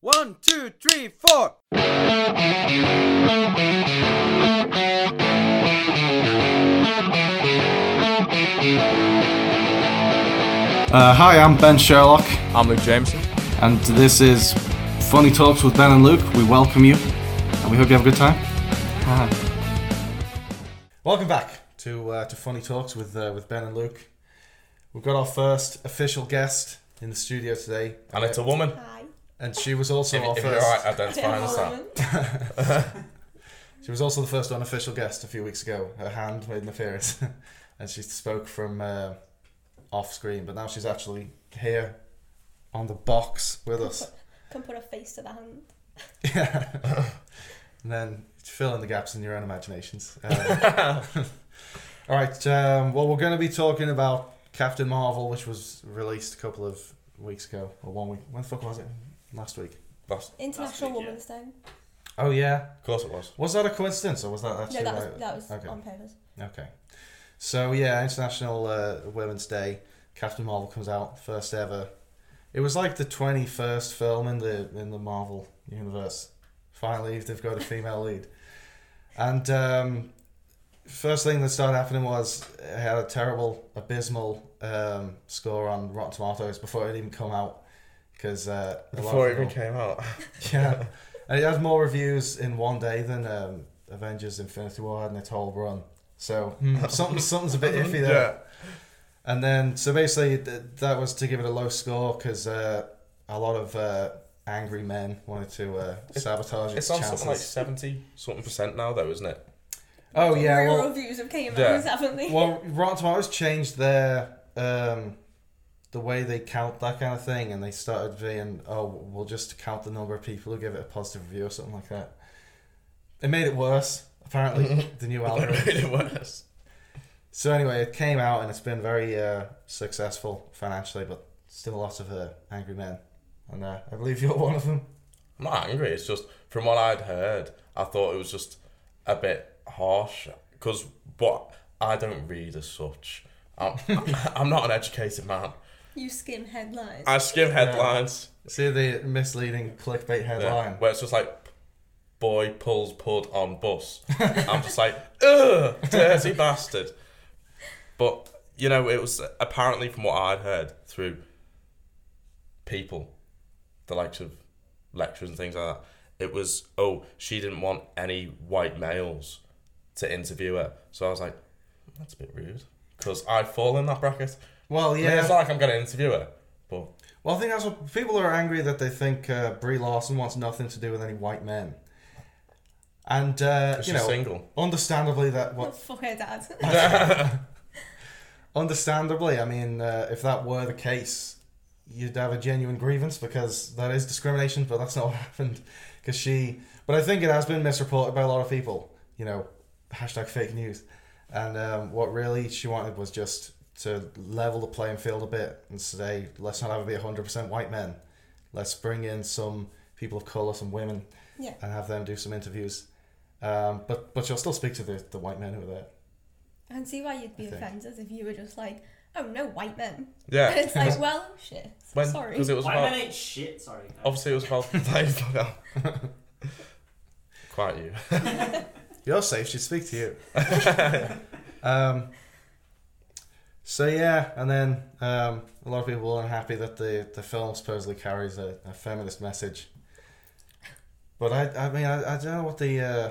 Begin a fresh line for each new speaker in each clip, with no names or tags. One, two, three, four.
Uh, hi, I'm Ben Sherlock,
I'm Luke Jameson.
and this is Funny Talks with Ben and Luke. We welcome you, and we hope you have a good time. Welcome back to uh, to Funny Talks with uh, with Ben and Luke. We've got our first official guest in the studio today,
And it's a woman.
Hi.
and she was also
If,
our
if you're
first.
alright identifying as that. uh,
She was also the first unofficial guest a few weeks ago. Her hand made an appearance, and she spoke from uh, off screen, but now she's actually here on the box with us.
Can put a face to the hand.
Yeah. and then fill in the gaps in your own imaginations. Um, all right. Um, well, we're going to be talking about Captain Marvel, which was released a couple of weeks ago, or one week. When the fuck was it? Last week.
That's-
International Women's Day.
Oh yeah.
Of course it was.
Was that a coincidence, or was that actually?
No, that
like-
was, that was
okay.
on purpose.
Okay. So yeah, International uh, Women's Day. Captain Marvel comes out first ever. It was like the twenty first film in the in the Marvel universe. Finally, they've got a female lead. And um, first thing that started happening was it had a terrible, abysmal um, score on Rotten Tomatoes before it even come out. Because uh, a lot of people-
came out.
yeah, and it had more reviews in one day than um, Avengers: Infinity War had in its whole run. So hmm, something something's a bit iffy there.
Yeah.
And then so basically th- that was to give it a low score because uh, a lot of uh, angry men wanted to uh, sabotage its,
It's on
chances.
something like 70 something percent now, though, isn't it?
oh yeah,
Real
well,
reviews have came
Yeah.
out, haven't they?
well, Rotten Tomatoes changed their um, the way they count that kind of thing, and they started being oh we'll just count the number of people who give it a positive review or something like that. It made it worse apparently. the new algorithm.
It made it worse.
So anyway, it came out and it's been very uh, successful financially, but still lots of uh, angry men, and uh, I believe you're one of them.
I'm not angry. It's just from what I'd heard, I thought it was just a bit harsh because what I don't read as such. I'm, I'm not an educated man.
You skim headlines.
I skim headlines.
See the misleading clickbait headline.
Where it's just like, boy pulls pud on bus. I'm just like, ugh, dirty bastard. But, you know, it was apparently from what I'd heard through people, the likes of lectures and things like that, it was, oh, she didn't want any white males to interview her. So I was like, that's a bit rude. Because I fall in that bracket.
Well,
I mean,
yeah.
it's not like I'm going to interview her, but
Well, I think that's what people are angry that they think uh, Brie Larson wants nothing to do with any white men, and uh,
she's
you know,
single.
understandably that what
Not for her dad.
Understandably, I mean, uh, if that were the case, you'd have a genuine grievance because that is discrimination, but that's not what happened. Because she, but I think it has been misreported by a lot of people. You know, hashtag fake news. And um, what really she wanted was just to level the playing field a bit and say, let's not have it be 100% white men. Let's bring in some people of color, some women,
yeah.
and have them do some interviews. Um, but but she'll still speak to the, the white men who are there.
I can see why you'd be
I think.
offended if you were just like, oh, no white men.
Yeah.
And it's like, well, shit.
When-
Sorry.
'cause it was
White
about-
men ain't shit, sorry.
Oh,
Obviously, it was about like, fuck off. Quite you.
You're safe. She'd speak to you. um, so yeah, and then um, a lot of people were unhappy that the, the film supposedly carries a, a feminist message. But I, I mean, I, I don't know what the. Uh,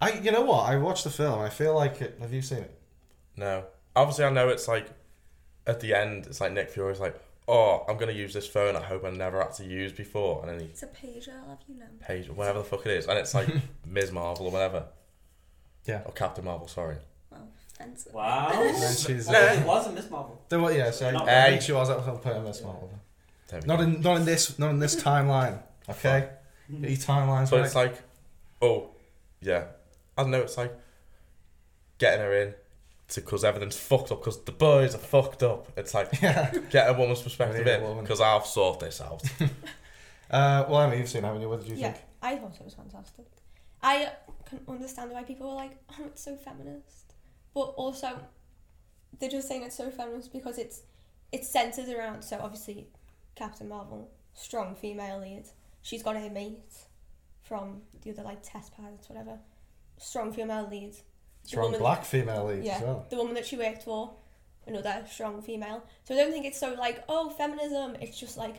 I you know what? I watched the film. I feel like it. Have you seen it?
No. Obviously, I know it's like at the end, it's like Nick Fury's like, oh, I'm going to use this phone I hope I never had to use before. And then he
It's a pager, I'll have you know.
page, whatever the fuck it is. And it's like Ms. Marvel or whatever.
Yeah.
Or Captain Marvel, sorry.
Well, offensive.
Wow.
Then she's,
Well, it wasn't Miss Marvel.
There were yeah. So
Not
I
really.
think she was at some point in this model.
There we
Not
go.
in not in this not in this timeline. Okay, Get your timelines
So
right.
it's like, oh, yeah. I don't know, it's like getting her in to because everything's fucked up because the boys are fucked up. It's like,
yeah.
get a woman's
I
perspective
need a
in
woman.
because I'll sort this out.
Uh, well, I mean, you've seen it, haven't you? What did you
Yeah,
think?
I thought it was fantastic. I can understand why people were like, oh, it's so feminist. But also, they're just saying it's so feminist because it's it's centered around, so obviously, Captain Marvel, strong female lead. she's got her mate from the other like test pilots, whatever. Strong female lead.
Strong
woman-
black female lead
yeah,
as well.
the woman that she worked for, another strong female. So I don't think it's so like oh feminism. It's just like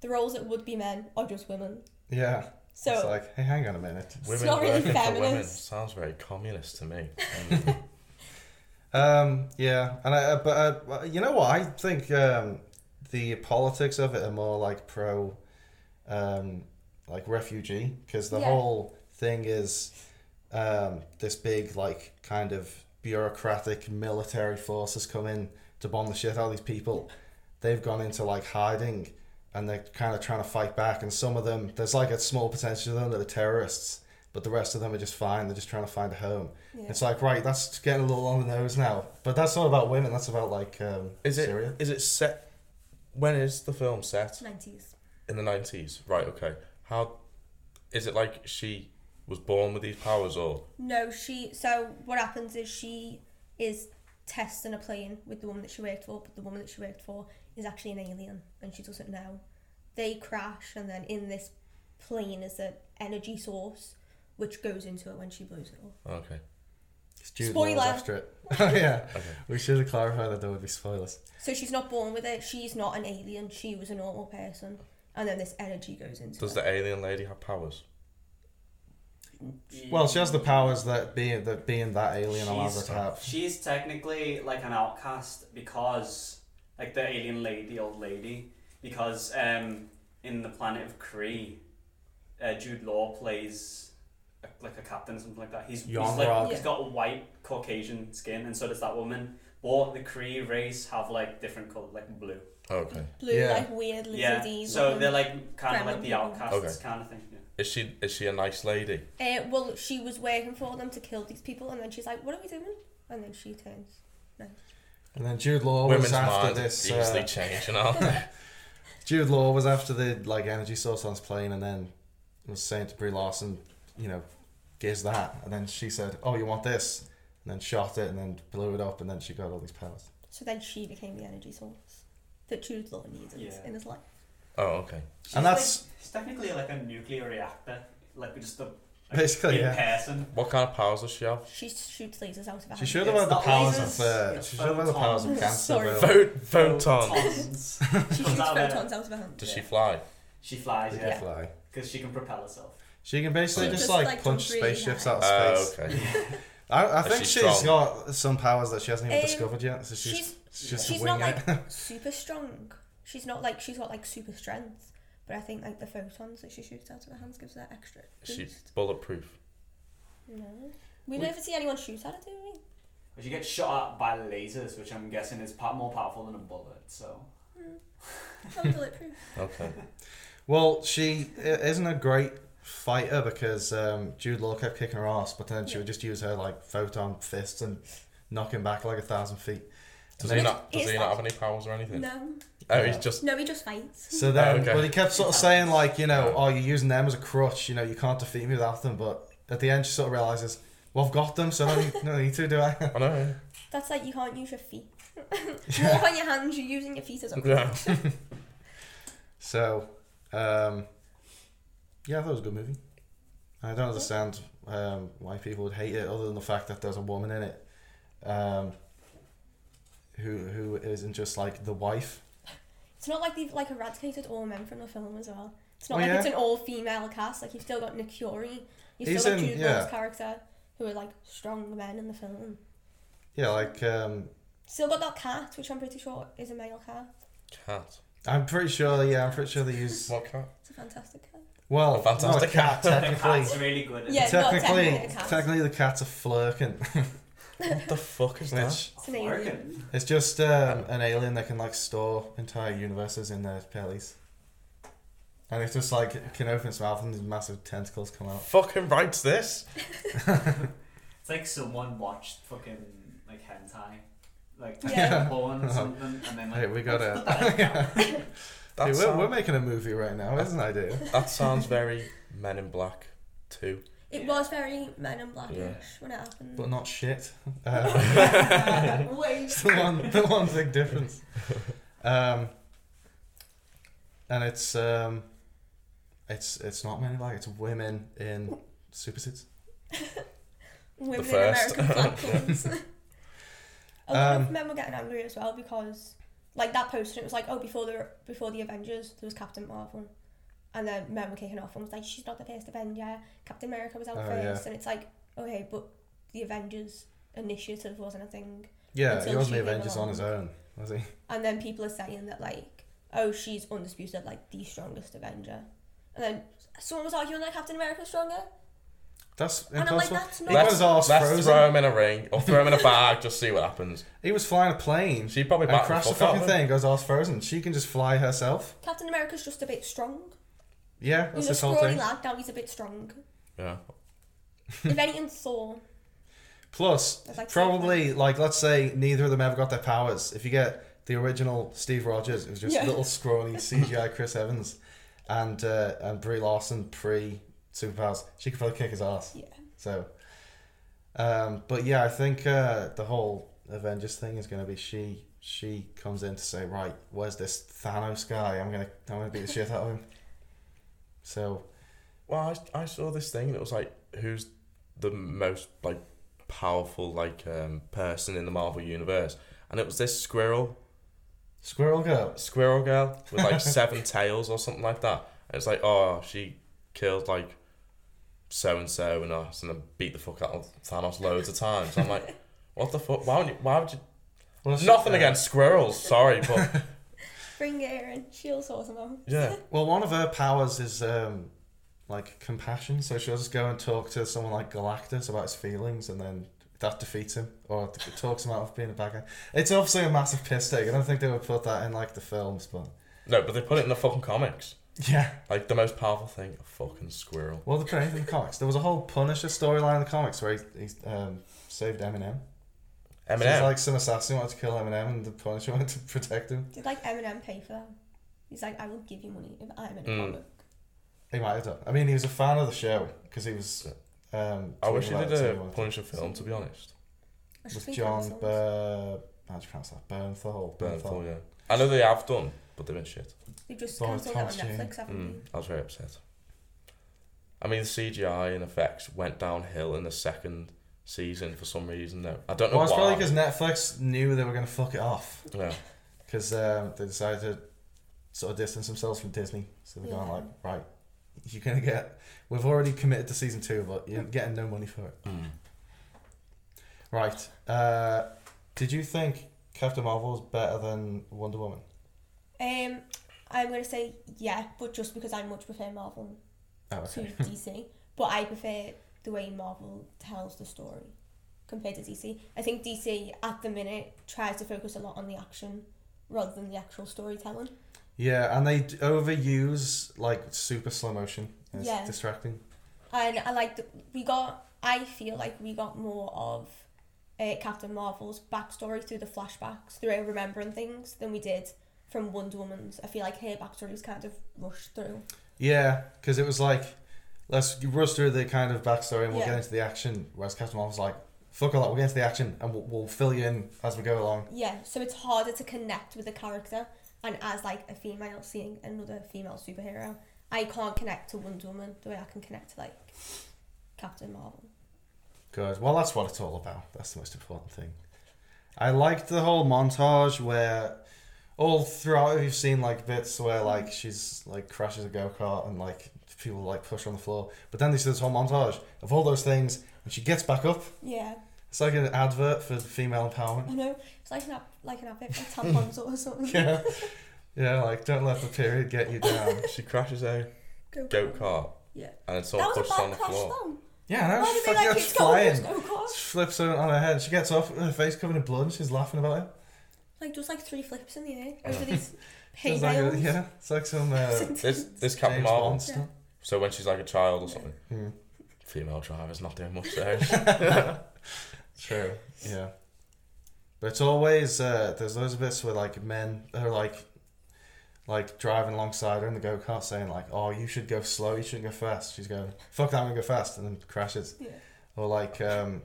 the roles that would be men are just women.
Yeah.
So
it's like, hey, hang on a minute.
Women
not really
working for women
feminist.
sounds very communist to me.
Um, yeah, and I, uh, but uh, well, you know what? I think um, the politics of it are more like pro, um, like refugee, because the
Yeah.
whole thing is um, this big like kind of bureaucratic military force has come in to bomb the shit out of these people. They've gone into like hiding, and they're kind of trying to fight back. And some of them, there's like a small percentage of them that are terrorists, but the rest of them are just fine. They're just trying to find a home.
yeah.
It's like right, that's getting a little on the nose now. But that's not about women. That's about like um,
Is it? Is
Syria.
it set? When is the film set?
nineties.
In the nineties, right? Okay. How is it like she was born with these powers, or
No, she. So what happens is she is testing a plane with the woman that she worked for, but the woman that she worked for is actually an alien, and she doesn't know. They crash, and then in this plane is an energy source which goes into it when she blows it up.
okay?
Jude Law was
Spoiler.
After it. oh yeah,
Okay.
we should have clarified that there would be spoilers.
So she's not born with it. She's not an alien. She was a normal person, and then this energy goes into
Does
her.
the alien lady have powers?
Well, she has the powers that being that being that alien allowed her
She's-
to have.
She's technically like an outcast because, like the alien lady, old lady, because um, in the planet of Kree, uh, Jude Law plays a, like a captain or something like that. He's he's,
Young
like,
Rock.
he's got a white Caucasian skin, and so does that woman. But the Kree race have like different color, like blue.
Okay.
blue
Yeah.
like weird
yeah,
lizardy?
so
looking-
they're like kind of like
gremlin
the
people.
outcasts
Okay.
kind of thing. Yeah.
Is she is she a nice lady?
Uh, well, she was working for them to kill these people, and then she's like, "What are we doing?" And then she turns.
And then Jude Law was
Women's
after
minds
this.
easily
uh,
changing, aren't they?
Jude Law was after the like energy source on his plane, and then was saying to Brie Larson, you know, gives that, and then she said, "Oh, you want this?" And then shot it, and then blew it up, and then she got all these powers.
So then she became the energy source that Jude Law needed
Yeah.
in his life.
Oh, okay.
She's
And that's-
like, she's technically like a nuclear reactor, like just a like,
Basically,
in
yeah.
person.
What kind of powers does she have?
She shoots lasers out of her
She
hand.
should
It's
have had the
not
powers of
lasers,
uh,
it's
she should have had the powers of
photons.
cancer.
Sorry.
though.
Pho- photon.
Photons.
She shoots
Comes out of her-
photons out of her hand.
Does she
Yeah.
fly?
She flies,
She
yeah,
can fly.
because she can propel herself.
She can basically
She
just,
just,
like,
like,
punch
jump really
spaceships
high.
out
Oh,
of space.
okay.
I, I
Is
think
she
she's
strong?
got some powers that she hasn't even
Um,
discovered yet. So she's,
she's-
she's just
she's
winging
not
it.
Super strong. She's not like she's got like super strength, but I think like the photons that she shoots out of her hands gives her extra
Is
boost.
she bulletproof?
No, we
We-
never see anyone shoot at her, do we?
But she gets shot at by lasers, which I'm guessing is pa- more powerful than a bullet. So
I'm bulletproof.
Okay.
Well, she i- isn't a great fighter because um, Jude Law kept kicking her ass, but then she
Yeah.
would just use her like photon fists and knock him back like a thousand feet.
Does
And
he
then-
not? Does
Is
he
that-
not have any powers or anything?
No,
Oh, he's just.
no, he just fights.
So then,
Oh, okay.
but he kept sort of saying like, you know, oh, you're using them as a crutch. You know, you can't defeat me without them. But at the end, she sort of realizes, well, I've got them, so I don't need, no need to, do I?
I know.
That's like you can't use your feet. Walk on your hands. You're using your feet as a
Yeah.
So, um, yeah, I thought it was a good movie. I don't understand um, why people would hate it, other than the fact that there's a woman in it, um, who who isn't just like the wife.
It's not like they've like eradicated all men from the film as well. It's not
Oh,
like
yeah?
it's an all female cast. Like you've still got Nick Fury, you've
He's
still got
in-
Jude
yeah.
Law's character, who are like strong men in the film.
Yeah, like um,
Still got that cat, which I'm pretty sure is a male cat.
Cat.
I'm pretty sure. Yeah, I'm pretty sure they use
What cat?
It's a fantastic cat.
well,
A fantastic
not a cat,
cat.
the
technically.
cat's really good. At
Yeah. not
technically,
technically a cat.
technically the cats are flirking.
What the fuck is that?
Which
It's an alien.
it's just um, an alien that can like store entire universes in their bellies, and it's just like it can open its mouth and these massive tentacles come out.
Fucking writes this.
It's like someone watched fucking like hentai, like
Yeah.
porn or something, and then like
Hey, we got
"Let's
a-
put that in now."
That,
Hey, we're,
sound-
we're making a movie right now, isn't that idea?
that sounds very Men in Black too.
It
Yeah.
was very Men in Blackish
Yeah.
when it happened.
But not shit. Uh,
Wait.
it's the one, the one big difference. Um, and it's um, It's it's not men in black. It's women in supersuits.
Women in
first.
American platforms. A lot of
Um,
men were getting angry as well because, like that poster, it was like, oh, before the before the Avengers, there was Captain Marvel, and then men were kicking off and was like, she's not the first Avenger. Captain America was out
Oh,
first,
yeah.
and it's like, okay, but the Avengers initiative wasn't a thing.
Yeah,
Until
he wasn't
she
the
came
Avengers on
along.
his own, was he?
And then people are saying that like, oh, she's undisputed like the strongest Avenger, and then someone was arguing that Captain America's stronger,
That's
and I'm like,
impossible.
that's not.
He got his ass
Let's
frozen.
throw him in a ring or throw him in a bag, just see what happens.
He was flying a plane.
She probably
and
backed the
crashed the
fuck out,
fucking
wouldn't
thing. Goes ass frozen. She can just fly herself.
Captain America's just a bit strong.
Yeah, that's
He's a
this whole
scrawny
thing.
lad, now he's a bit strong.
Yeah.
if anything, Thor.
Plus,
That's like
probably like let's say neither of them ever got their powers. If you get the original Steve Rogers, it was just
Yeah.
little scrawny CGI Chris Evans, and uh, and Brie Larson pre superpowers, she could probably kick his ass.
Yeah.
So, um, but yeah, I think uh, the whole Avengers thing is going to be she. She comes in to say, right, where's this Thanos guy? I'm gonna, I'm gonna beat the shit out of him. So
Well, I, I saw this thing that was like, who's the most like powerful like um, person in the Marvel universe? And it was this squirrel,
Squirrel Girl.
squirrel girl with like seven tails or something like that. And it's like, oh, she killed like so and so and us, and then beat the fuck out of Thanos loads of times. I'm like, what the fuck? Why would you? Why would you?
Well, she-
Nothing
uh,
against squirrels, sorry, but
Bring Aaron. She'll sort them out.
yeah,
Well, one of her powers is um, like compassion, so she'll just go and talk to someone like Galactus about his feelings, and then that defeats him or t- talks him out of being a bad guy. It's obviously a massive piss take. I don't think they would put that in like the films, but
no, but they put it in the fucking comics.
yeah.
Like the most powerful thing, a fucking squirrel.
Well, they put anything in the comics. There was a whole Punisher storyline in the comics where he, he um, saved Eminem. So
Eminem.
it's like some assassin wanted to kill Eminem, and the Punisher wanted to protect him.
Did like Eminem pay for that? He's like, I will give you money if I'm in a
Mm.
comic.
He might have done. I mean, he was a fan of the show because he was. Um,
I wish
tweeting
he
about
did
it, so he
a
wanted to-
Punisher film, to be honest.
I should
with
be
John
cancelled.
Bur- how do you pronounce that? Bernthal.
Burnthal, yeah. I know they have done, but they've been shit.
They just
Oh,
cancelled that on
Tom Sheen.
Netflix, haven't
Mm, I was very upset. I mean, the CGI and effects went downhill in the second season for some reason. Though I don't know
Well, it's probably
why.
because Netflix knew they were going to fuck it off
yeah.
because um, they decided to sort of distance themselves from Disney. So they're going
Yeah.
like, right, you're going to get. We've already committed to season two, but you're
Mm.
getting no money for it.
Hmm.
Right. Uh, did you think Captain Marvel was better than Wonder Woman?
they? Um, I'm gonna say yeah, but just because I much prefer Marvel
Oh,
to
okay.
DC, but I prefer the way Marvel tells the story compared to DC. I think DC at the minute tries to focus a lot on the action rather than the actual storytelling.
Yeah, and they d- overuse like super slow motion. It's
Yeah.
distracting.
And I like that we got. I feel like we got more of uh, Captain Marvel's backstory through the flashbacks, through her remembering things, than we did from Wonder Woman's. I feel like her backstory was kind of rushed through.
Yeah, because it was like, let's rush through the kind of backstory and we'll get
Yeah.
into the action. Whereas Captain Marvel's like, fuck all that, we'll get into the action and we'll, we'll fill you in as we go along.
Yeah, so it's harder to connect with the character. And as like a female seeing another female superhero, I can't connect to Wonder Woman the way I can connect to like Captain Marvel.
Good. Well, that's what it's all about. That's the most important thing. I liked the whole montage where all throughout you've seen like bits where like she's like crashes a go kart and like people like push her on the floor, but then there's this whole montage of all those things and she gets back up.
Yeah,
It's like an advert for female empowerment.
I know. It's like an app, like an app, like tampons or something.
Yeah, yeah. Like don't let the period get you down.
She crashes a
Go
go kart
Yeah.
and it's all
That was
pushed
a
on
bad
the
crash
floor.
though.
Yeah, no,
Why
she's
did they
fucking
like
goes
it's going,
flying.
it's going across?
Flips her on her head. She gets off with her face covered in blood and she's laughing about it.
Like just like three flips in the air over these hay
It's like a-
bales.
yeah, it's like some uh, James
This this Captain Marvel.
Bond stuff.
So when she's like a child or something,
Hmm.
female driver's not doing much there.
True. Yeah. But it's always uh, there's those bits where like men are like like driving alongside her in the go kart saying like, Oh, you should go slow, you shouldn't go fast. She's going, Fuck that, I'm gonna go fast and then crashes.
Yeah.
Or like um,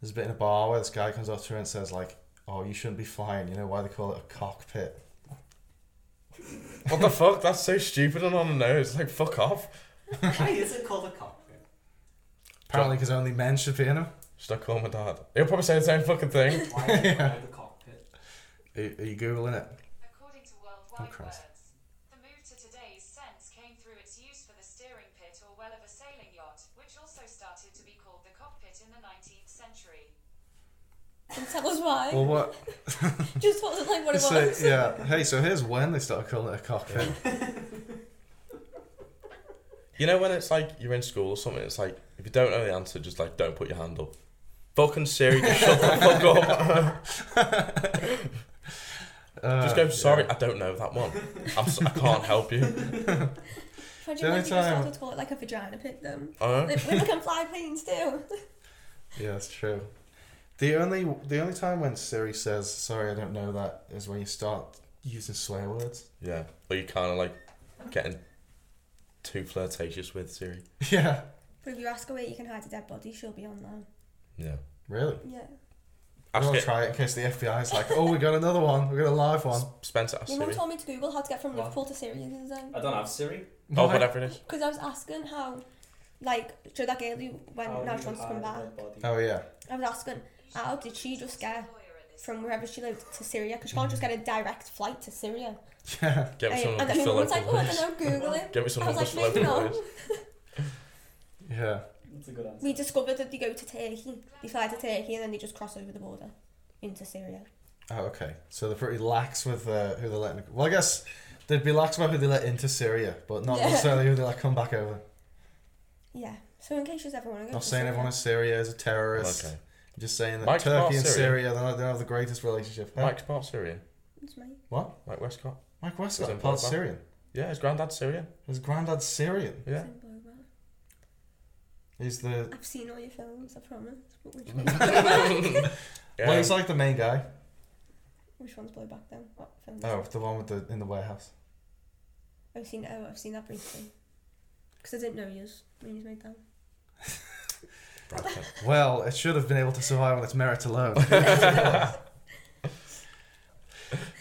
there's a bit in a bar where this guy comes up to her and says like, Oh, you shouldn't be flying, you know why they call it a cockpit.
What the fuck? That's so stupid and on the nose. Like, fuck off.
Why is it called a cockpit?
Apparently, because only men should be in them.
Should I call my dad? He'll probably say the same fucking thing.
Why is it called a cockpit?
Are, are you googling it?
According to
Oh,
Worldwide
Christ.
Words, the move to today's sense came through its use for the steering pit or well of a sailing yacht, which also started to be called the cockpit in the 19th century.
And tell us why.
Well, what?
Just told us like what it
so,
was.
yeah. Hey, so here's when they started calling it a cockpit.
You know when it's like you're in school or something, it's like if you don't know the answer, just like don't put your hand up. Fucking Siri, just shut the fuck up.
Uh,
Just go. Sorry, I don't know that one. I'm s- I can't help you.
Imagine
The
when
only
people started
time-
to call it like a vagina pit then.
Uh,
Like, women can fly planes too.
Yeah, that's true. The only the only time when Siri says sorry, I don't know that is when you start using swear words.
yeah. Or you kind of like getting too flirtatious with Siri.
Yeah.
But if you ask her where you can hide a dead body, she'll be on that.
Yeah.
Really?
Yeah.
I'm
Ask
gonna
it.
try it in case the FBI's like, oh, we got another one. We got a live one.
Spencer, ask
My mum
Siri.
told me to Google how to get from
What?
Liverpool to Syria the other
I don't have Siri.
Oh,
Why?
whatever it is.
Because I was asking how, like, so that girl who went
How
now
do
she
you
wants to come back.
hide a dead body?
Oh yeah.
I was asking how did she just get from wherever she lived to Syria? Because she can't just get a direct flight to Syria.
Yeah.
Get me
Um,
someone
and
to
then my
fill
mum was like, oh, I
local place.
don't know, Google it.
Get me
I
someone
was
to
like,
fill local
maybe not.
place.
Yeah.
That's a good answer.
We discovered that they go to Turkey, they fly to Turkey, and then they just cross over the border into Syria.
Oh, okay. So they're pretty lax with uh, who they're letting. Well, I guess they'd be lax about who they let into Syria, but not
Yeah.
necessarily who they let come back over.
Yeah. So in case you ever want to go
Not
to
saying
Syria,
everyone in Syria is a terrorist.
Okay.
Just saying that
Mike's part
Turkey and
Syrian.
Syria, they're not, they don't have the greatest relationship. Huh?
Mike's part Syrian.
it's me.
What?
Mike Westcott.
Mike
He's
Westcott,
in
part
Portland.
Syrian.
Yeah, his granddad's Syrian.
His granddad's Syrian.
Yeah.
Same blowback.
He's the
I've seen all your films, I promise. But which one's blowback?
yeah.
well, he's like the main guy.
which one's blowback then? What film? is it?
Oh, the one with the in the warehouse.
I've seen oh, I've seen that briefly. Because I didn't know yours when you made that.
Brad Pitt.
Well, it should have been able to survive on its merit alone.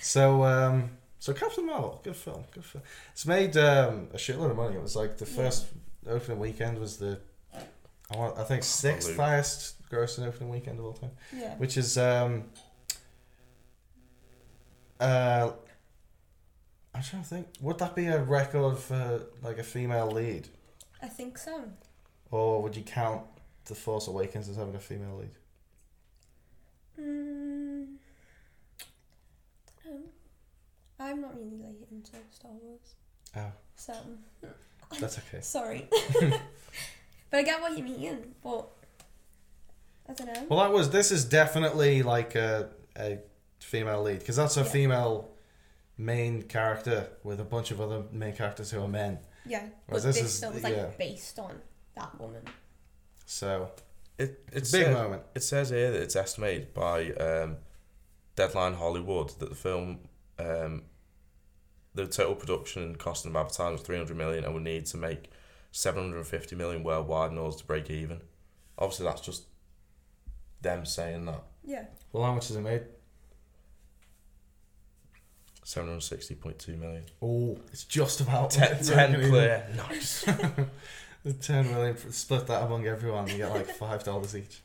so, um, so Captain Marvel, good film, good film. It's made um, a shitload of money. It was like the
Yeah.
first opening weekend was the, I, want, I think sixth
Unbelievable.
highest grossing opening weekend of all time,
Yeah.
which is um, uh, I'm trying to think. Would that be a record for like a female lead,
I think so.
or would you count The Force Awakens as having a female lead?
Mm, dunno. I'm not really like into Star Wars.
Oh.
So
That's okay.
sorry. but I get what you mean, but I don't know.
Well, that was. This is definitely like a, a female lead because that's a
Yeah.
female main character with a bunch of other main characters who are men.
yeah. But
Whereas
this,
this
film
is-
was like
yeah.
based on that woman.
So
It,
it's
it's
a big
uh,
moment.
It says here that it's estimated by um, Deadline Hollywood that the film, um, the total production and cost of advertising was 300 million and would need to make 750 million worldwide in order to break even. Obviously, that's just them saying that.
Yeah.
Well, how much is it made?
760.2 million.
Oh, it's just about
Ten, ten clear. Nice.
The ten million split that among everyone. You get like five dollars each.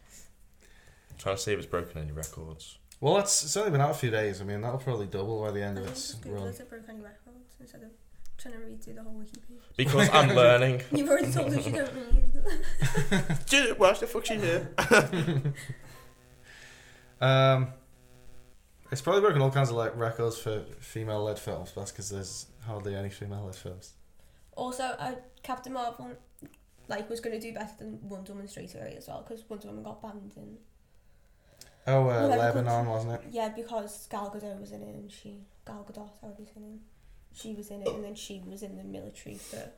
Trying to see if it's broken any records.
Well, that's it's only been out a few days. I mean, that'll probably double by the end
I
Oh,
of
just
its
Google
run.
it, it broke any records instead of trying to redo the whole wiki page.
Because I'm learning.
You've already told us you don't need.
Dude, why the fuck's she here?
Um, it's probably broken all kinds of like records for female-led films. But that's because there's hardly any female-led films.
Also, uh, Captain Marvel like was going to do better than Wonder Woman straight away as well because Wonder Woman got banned in
Oh, uh,
Well, that
Lebanon,
records-
wasn't it?
yeah because Gal Gadot was in it and she Gal Gadot however you say her name she was in it and then she was in the military for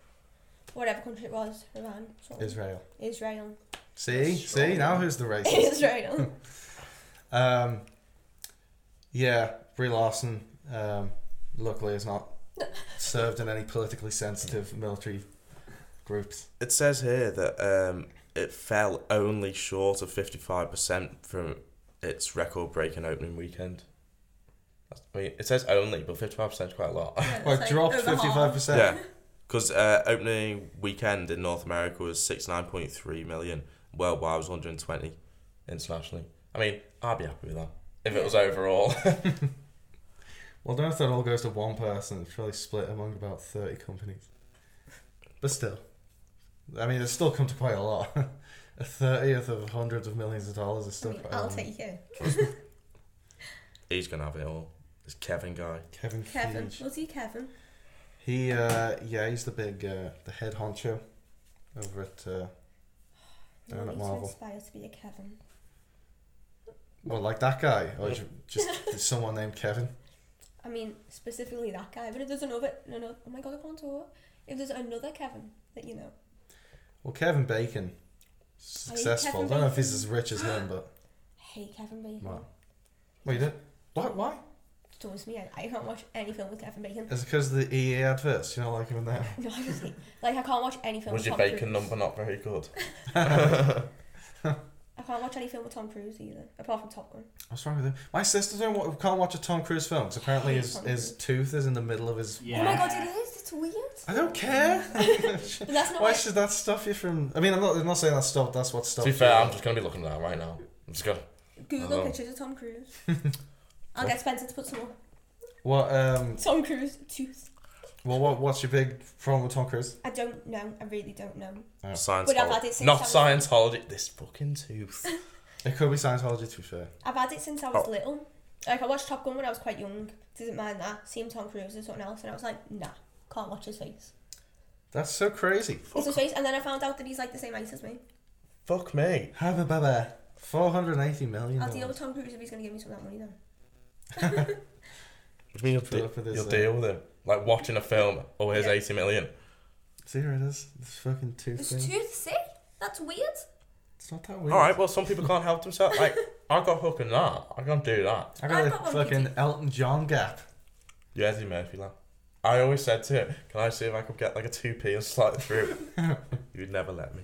whatever country it was Iran something.
Israel.
Israel
See,
That's
see,
strong.
now who's the racist?
Israel
um, yeah, Brie Larson. Um, luckily, has not served in any politically sensitive military groups.
It says here that um, it fell only short of 55% from its record breaking opening weekend. That's- I mean, it says only, but 55% is quite a lot.
Yeah, it's
Well, it dropped
over half.
fifty five percent.
yeah. Because uh, opening weekend in North America was 69.3 million. Worldwide was 120 internationally. I mean, I'd be happy with that. If it was overall.
Well, I don't know if that all goes to one person. It's probably split among about thirty companies. But still, I mean, it's still come to quite a lot. a thirtieth of hundreds of millions of dollars is
I
still
mean,
quite. a
I'll
lot.
take you.
He's going to have it all. This Kevin guy.
Kevin.
Kevin.
Feige.
Was he Kevin?
He, uh, yeah, he's the big, uh, the head honcho over at. Uh, Down
You
at
need
Marvel.
to inspire to be a Kevin.
well, oh, like that guy, or ju- just someone named Kevin.
I mean, specifically that guy. But if there's another, no, no, oh my god, I can't talk. If there's another Kevin that you know,
Well, Kevin Bacon, successful.
Kevin
I don't know if he's as
Bacon?
rich as him, but
hey, Kevin Bacon.
what? Well, you did. Why? Why?
Towards me, I, I can't watch any film with Kevin Bacon.
Is it because of the EA adverts? You don't like him in that?
No, I just like I can't watch any film.
Was
with
your
Tom
bacon
Cruise.
number not very good?
I can't watch any film with Tom Cruise either, apart from Top Gun.
What's wrong with him? My sister don't wa- can't watch a Tom Cruise film because apparently his,
Tom
his
Cruise.
tooth is in the middle of his.
Oh my god, it is. It's weird.
I don't care.
But that's not.
Why
like-
should that stuff you from? I mean, I'm not. I'm not saying that stuff. That's what
to
stuff.
be fair, I'm just going to be looking at that right now. I'm just going to.
Google
Oh.
pictures of Tom Cruise. I'll get Spencer to put some more.
What um.
Tom Cruise tooth.
Well, what what's your big problem with Tom Cruise?
I don't know. I really don't know. But I've had
Science.
it since
Not
I was-
Scientology. This fucking tooth.
It could be Scientology. To be fair.
I've had it since I was
Oh.
little. Like I watched Top Gun when I was quite young. Didn't mind that. Seeing Tom Cruise or something else, and I was like, nah, can't watch his face.
That's so crazy.
It's his face, and then I found out that he's like the same height as me.
Fuck me.
Have a baba. Four hundred eighty million.
I'll deal
dollars.
with Tom Cruise if he's gonna give me some of that money then.
Which means
Put
you'll,
up with his,
you'll
uh,
deal with it. Like watching a film, oh, here's
Yeah.
80 million.
See here it is. This fucking tooth
It's
thing.
tooth sick. That's weird.
It's not that weird.
All right, well, some people can't help themselves. Like, I got hooking that. I can't do that.
I got
I've
a
got one,
fucking
Kitty.
Elton John gap.
Yeah, Eddie Murphy, like. I always said to him, can I see if I could get like a 2p and slide it through? You'd never let me.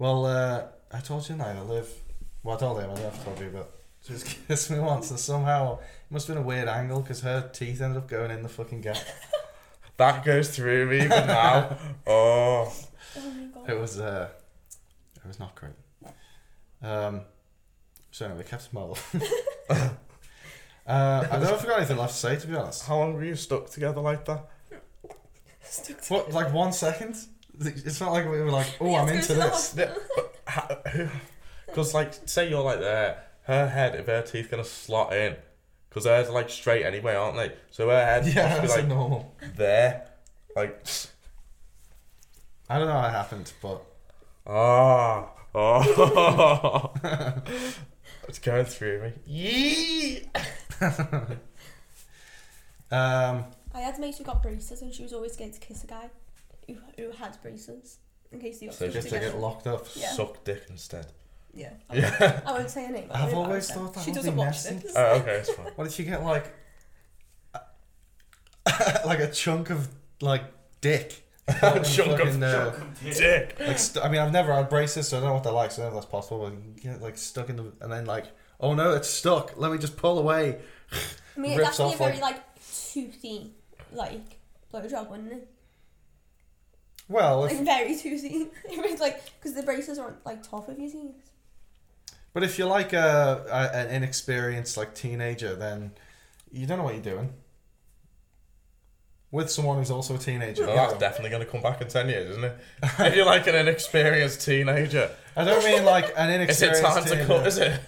Well, uh, I told you tonight I live. Well, I told him I never told you, but she just kissed me once, and somehow it must have been a weird angle because her teeth ended up going in the fucking gap.
That goes through me even now. Oh.
Oh my god.
It was uh, it was not great. Um, so anyway, Captain Marvel. uh, I don't forgot anything left to say to be honest.
How long were you stuck together like that?
Stuck to-
What like one second? It's not like we were like, oh, I'm
Let's
into
go to the
this.
Because, like, say you're like there, her head, if her teeth gonna slot in, because hers are like straight anyway, aren't they? So her head
Yeah,
yeah,
it's
must be like
normal.
there. Like,
I don't know how it happened, but
ah, oh. it's going through me. Yee!
um,
I had a mate who got braces, and she was always going to kiss a guy who, who had braces in case they got
So
stuck
just to
together.
get locked up.
Yeah.
Suck dick instead.
Yeah. I won't-
Yeah.
I won't say her name. but I
I've
won't
always
embarrass her.
thought that
she
would
doesn't
be
watch
nasty.
this.
oh, okay, it's fine.
What if you get like, like a chunk of like dick?
A chunk of
Fucking, uh,
Dick.
like st- I mean, I've never had braces, so I don't know what they're like. So I don't know if that's possible. But you can get like stuck in the, and then like, oh no, it's stuck. Let me just pull away.
I mean,
Rips
it's actually
off,
a very like toothy, like blowjob, wasn't it?
Well,
Like
if,
very toothy. it was like because the braces aren't like top of your teeth.
but if you're like a, a an inexperienced like teenager, then you don't know what you're doing. With someone who's also a teenager,
Well,
you
Oh, that's
know.
definitely going to come back in 10 years, isn't it? If you're like an inexperienced teenager,
I don't mean like an
is it
inexperienced.
time to
teenager.
cut? Is it?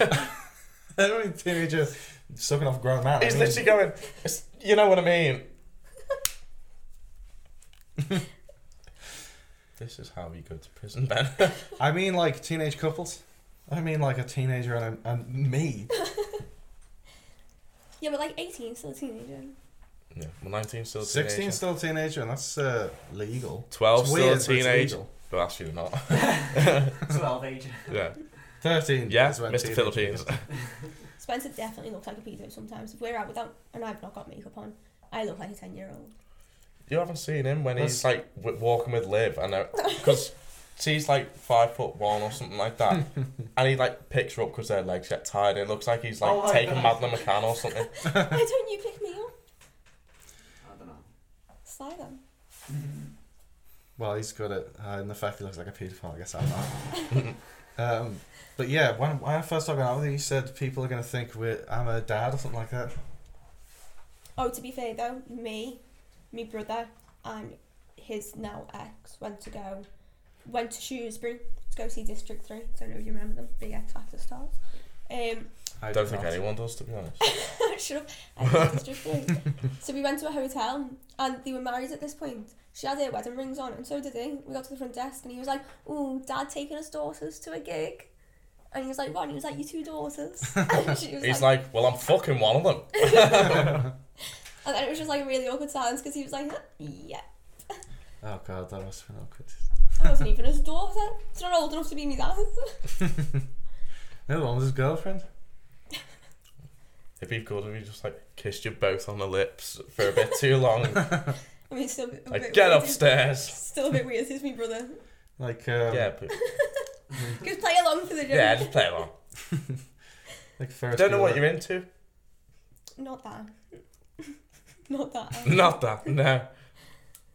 I don't mean teenager sucking off a grown man. I
He's
mean-
literally going, "It's- you know what I mean? this is how you go to prison, Ben.
I mean like teenage couples. I mean like a teenager and, a, and me.
Yeah, but like eighteen, still a teenager.
yeah, well, 19 still a
16
teenager.
still a teenager and that's uh, legal.
12
It's
still
weird,
a
but it's
teenager.
legal.
But actually not.
Twelve age.
yeah.
13.
Yeah,
is when
Mr.
teenagers-
Philippines.
Spencer definitely looks like a pedo sometimes. If we're out without, and I've not got makeup on, I look like a ten year old.
You haven't seen him when
That's-
he's like w- walking with Liv, I know, because See, he's like five foot one or something like that, and he like picks her up because their legs get tired. It looks like he's like
Oh my
taking
God.
Madeline McCann or something.
Why don't you pick me up?
I don't know.
Sly then.
Well, he's good at hiding the fact he looks like a paedophile. I guess I'm not. um, but yeah, when, when I first started out with you, you said people are going to think we're, I'm a dad or something like that.
Oh, to be fair though, me, me brother, and his now ex went to go, went to Shrewsbury to go see District Three. Don't know if you remember them, big X Factor stars. Um,
I
I
do
don't think
not.
anyone does, to be honest.
Shut up. I hate District Three. so we went to a hotel and they were married at this point. She had her wedding rings on and so did he. We got to the front desk and he was like, Ooh, dad taking his daughters to a gig. And he was like, What? And he was like, You two daughters. and she was
He's
like,
like, well, I'm fucking one of them.
And then it was just like a really awkward silence because he was like, Yeah.
Oh god, that must have been awkward.
I wasn't even his daughter. He's not old enough to be my dad.
The other one was his girlfriend.
It'd be good if you just like kissed you both on the lips for a bit too long.
I mean, it's still a bit, a
like,
bit
get
weird.
upstairs.
Still a bit weird. He's my brother.
Like, um,
Yeah, but,
Just play along for the joke.
yeah, just play along.
like Ferris
I don't know what
Bueller.
you're into.
Not that. not that.
Not that, no.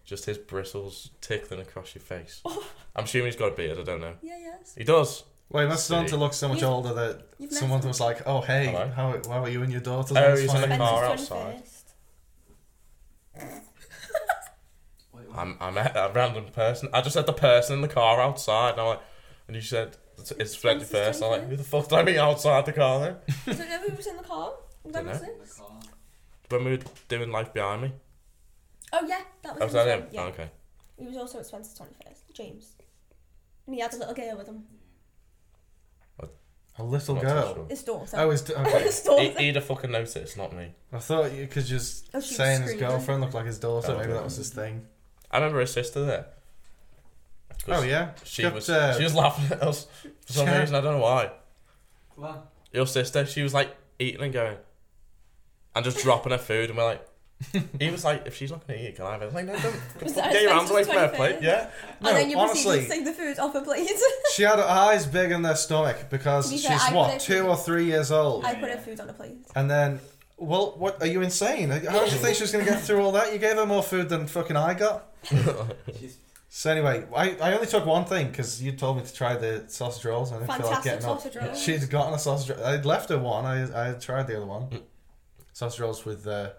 Just his bristles tickling across your face. I'm assuming he's got a beard. I don't know.
Yeah, yes.
He does.
Well, he must have done to
Silly.
look so much
You've-
older that
you've
someone
met
was like, "Oh, hey,
Hello.
how how are you and your daughters?"
Oh,
That's
he's on the
fine."
car.
Spencer's
outside.
first.
Wait, what?
I'm, I met a random person. I just had the person in the car outside, and I'm like, and you said it's- it's Freddy
Francis
first. I'm like,
Johnson.
who the fuck did I meet outside the car then?
I don't know who was in the car. When
Dunno.
was
the
this?
car.
When we were doing life behind me.
Oh yeah, that was,
Oh, was that
as
him?
well, Yeah.
Okay.
He was also at Spencer's twenty first, James. And he had a little girl with him.
A little
"Oh, Not too
girl.
sure.
His daughter.
Oh, his. Okay.
his daughter.
He, he'd have fucking noticed, not me.
I thought you could just
Oh, she was
saying his
screaming.
girlfriend looked like his daughter.
Oh,
Maybe
okay.
that was his thing.
I remember his sister there.
Oh
'Cause
yeah,
She
Got,
was
uh,
she was laughing at us for some
Yeah.
reason. I don't know why.
What?
Your sister, she was like eating and going, and just dropping her food, and we're like. he was like, if she's not gonna eat, it, can I have it? I was like, no,
Was
don't.
that
Get your hands away
Spencer's
from her plate.
25th?
Yeah.
no,
and then you
honestly,
proceeded to take the food off her plate.
she had her eyes big in their stomach because
To be
she's
fair, I
what
would-
two or three years old,
I put her food on a plate.
and then. Well, what are you insane? How did you think she was going to get through all that? You gave her more food than fucking I got.
She's
So anyway, I, I only took one thing because you told me to try the sausage rolls. And I didn't feel like
Fantastic
getting up.
sausage roll.
She'd gotten a sausage. roll. I'd left her one. I I had tried the other one.
Hmm.
Sausage rolls with uh,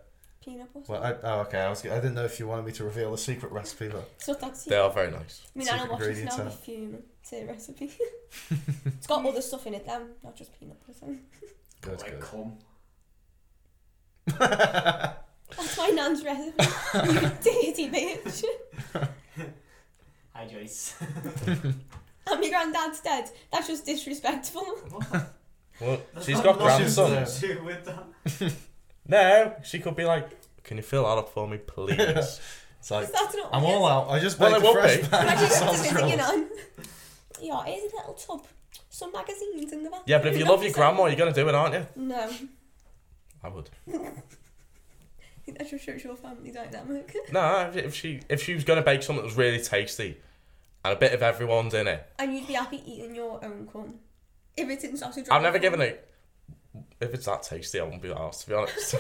Peanut butter.
well, I, oh okay. I was I didn't know if you wanted me to reveal the secret recipe, but
It's not that
They
secret.
are very nice.
I mean, Anna
secret
watches
ingredients
now
are-
with fuming to the recipe. it's got other stuff in it then, not just peanut butter.
Oh
good,
like
good.
cum.
That's my nan's recipe. you dirty bitch.
Hi Joyce.
And my granddad's dead. That's just disrespectful.
Well, she's got
nothing
grandson.
there.
to do with that.
No, she could be like, can you fill that up for me, please?
It's like
That's not
I'm
what it
all out. I just
Well,
baked
it
a
won't
fresh
be.
batch
Imagine
of
you have to
sausage
sit
rolls.
thinking on. Yeah, here's a little tub. Some magazines in the back.
yeah, but if you love your grandma, you're gonna do it, aren't you?
No,
I would.
that just shows your family dynamic.
No, if- if she if she was gonna bake something that was really tasty, and a bit of everyone's in it,
And you'd be happy eating your own cum. If it's in sausage
I've never given it. If it's that tasty, I wouldn't be asked to be honest.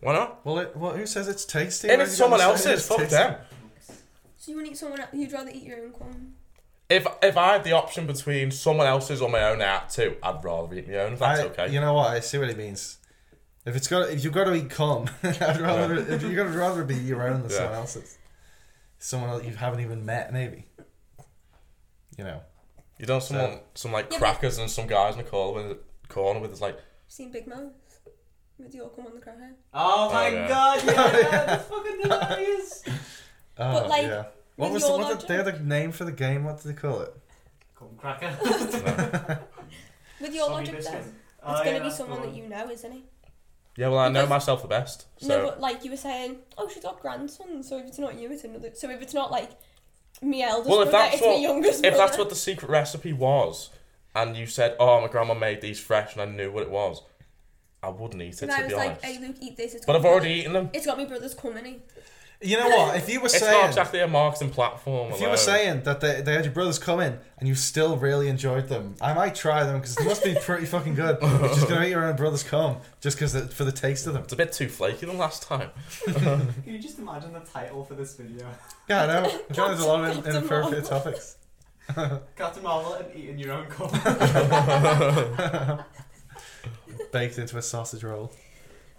Why not?
Well, it, well, who says it's tasty?
If
Why
it's
have you got
someone
to say
else's,
it's
fuck
tasty?
them.
So you wouldn't eat someone else, you'd rather eat your own cum.
If if I had the option between someone else's or my own, I had to. I'd rather eat my own. If that's
I-
okay.
You know what? I see what he means. If it's got, if you've got to eat cum, I'd rather if you're gonna rather be your own than
Yeah.
someone else's. Someone else you haven't even met, maybe. You know,
You know, someone some like
Yeah, but-
crackers and some guys in the corner with corner with it's like
Seen Big Mouth with your cum on the cracker.
Oh my
yeah.
god, yeah, that's fucking hilarious.
oh,
But, like,
yeah. What
with
was the,
your
what
logic-
did, they had a name for the game? What did they call it?
Cum cracker.
With your
Soggy
logic,
biscuit.
though, it's
Oh, yeah,
gonna be
that's the
someone
one.
that you know, isn't it?
yeah, well I know
Because-
myself the best. So
No, but like you were saying, oh, she's got grandsons. So if it's not you, it's another. So if it's not like me eldest
Well, if
brother,
that's
it's
what-
me youngest
if
brother.
that's what the secret recipe was, and you said, "Oh, my grandma made these fresh," and I knew what it was, I wouldn't eat it
If
to
I
be
was
honest.
like, hey, Luke, eat this. It's
but
got
I've
me-
already eaten them.
It's got me brother's cum in it.
You know what? If you were
It's
saying
not exactly a marketing platform.
if you were
alone.
saying that they, they had your brothers come in and you still really enjoyed them, I might try them because they must be pretty fucking good. You're just gonna make your own brothers come just because for the taste of them.
it's a bit too flaky than last time.
Can you just imagine the title for this video?
Yeah, I know. I'm trying to do a lot of
Captain
inappropriate
Marvel.
topics.
Captain Marvel and eating your own cup.
Baked into a sausage roll.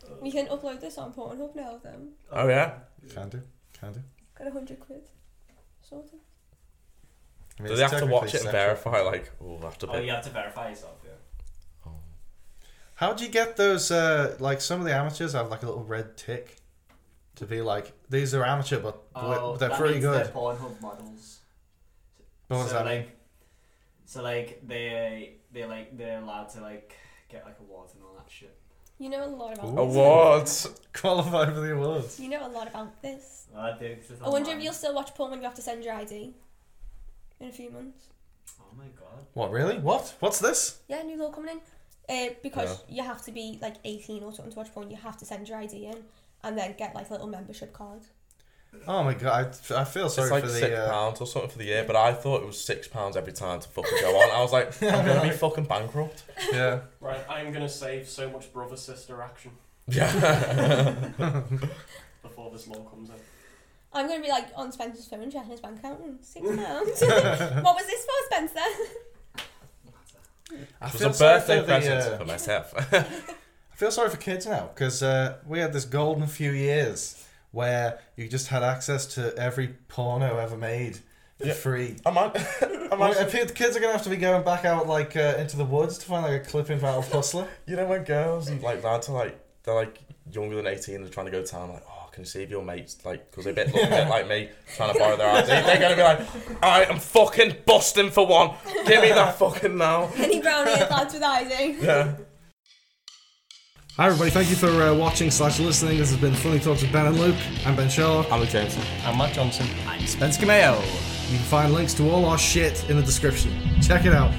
Oh.
We can upload this on Pornhub now then.
Oh yeah.
Can do. Can do.
Got a hundred quid. Sorted.
I
Do
it's
they have to
technically
watch it and
sexual.
verify? Like, oh, that's a
oh,
bit.
you have to verify yourself, yeah.
How do you get those? Uh, like some of the amateurs have like a little red tick to be like these are amateur, but
Oh,
they're
that
pretty
means
good.
They're Pornhub models.
But what does
so
that
like,
mean?
so like they they like they're allowed to like get like awards and all that shit.
You know a lot about
Ooh.
Awards.
Qualify for the awards.
You know a lot about this.
Well, I, think 'cause it's
I wonder if
online.
you'll still watch porn when you have to send your ID in a few months.
Oh my god.
What really? What? What's this?
Yeah, new law coming in. Uh, because you have to be like 18 or something to watch porn, you have to send your ID in and then get like a little membership card.
Oh my god! I, I feel sorry
it's like
for
six
the. Uh,
pounds or something for the year, but I thought it was six pounds every time to fucking go on. I was like, I'm gonna be fucking bankrupt.
yeah.
Right, I'm gonna save so much brother sister action
Yeah.
before this law comes in.
I'm going to be like on Spencer's phone checking his bank account. Mm, Six pounds. what was this for, Spencer?
I
It was
feel
a
sorry
birthday
for the,
present
uh,
for myself.
I feel sorry for kids now because uh, we had this golden few years where you just had access to every porno ever made for
Yeah.
free.
I might. I
Well,
might.
I think the kids are gonna have to be going back out like uh, into the woods to find like a clip in Battle Hustler.
You know when girls and like lads are like they're like younger than eighteen, they're trying to go to town. Like, oh, can you see if your mates like because they bit look a bit like me trying to borrow their ID. They're gonna be like, I am fucking busting for one. Give me that fucking now.
Any brown eared lads with ID?
Yeah.
Hi everybody, thank you for uh, watching slash listening. This has been Funny Talks with Ben and Luke. I'm Ben Sherlock.
I'm Jameson.
And Matt Johnson.
I'm Spencer Cameo.
You can find links to all our shit in the description. Check it out.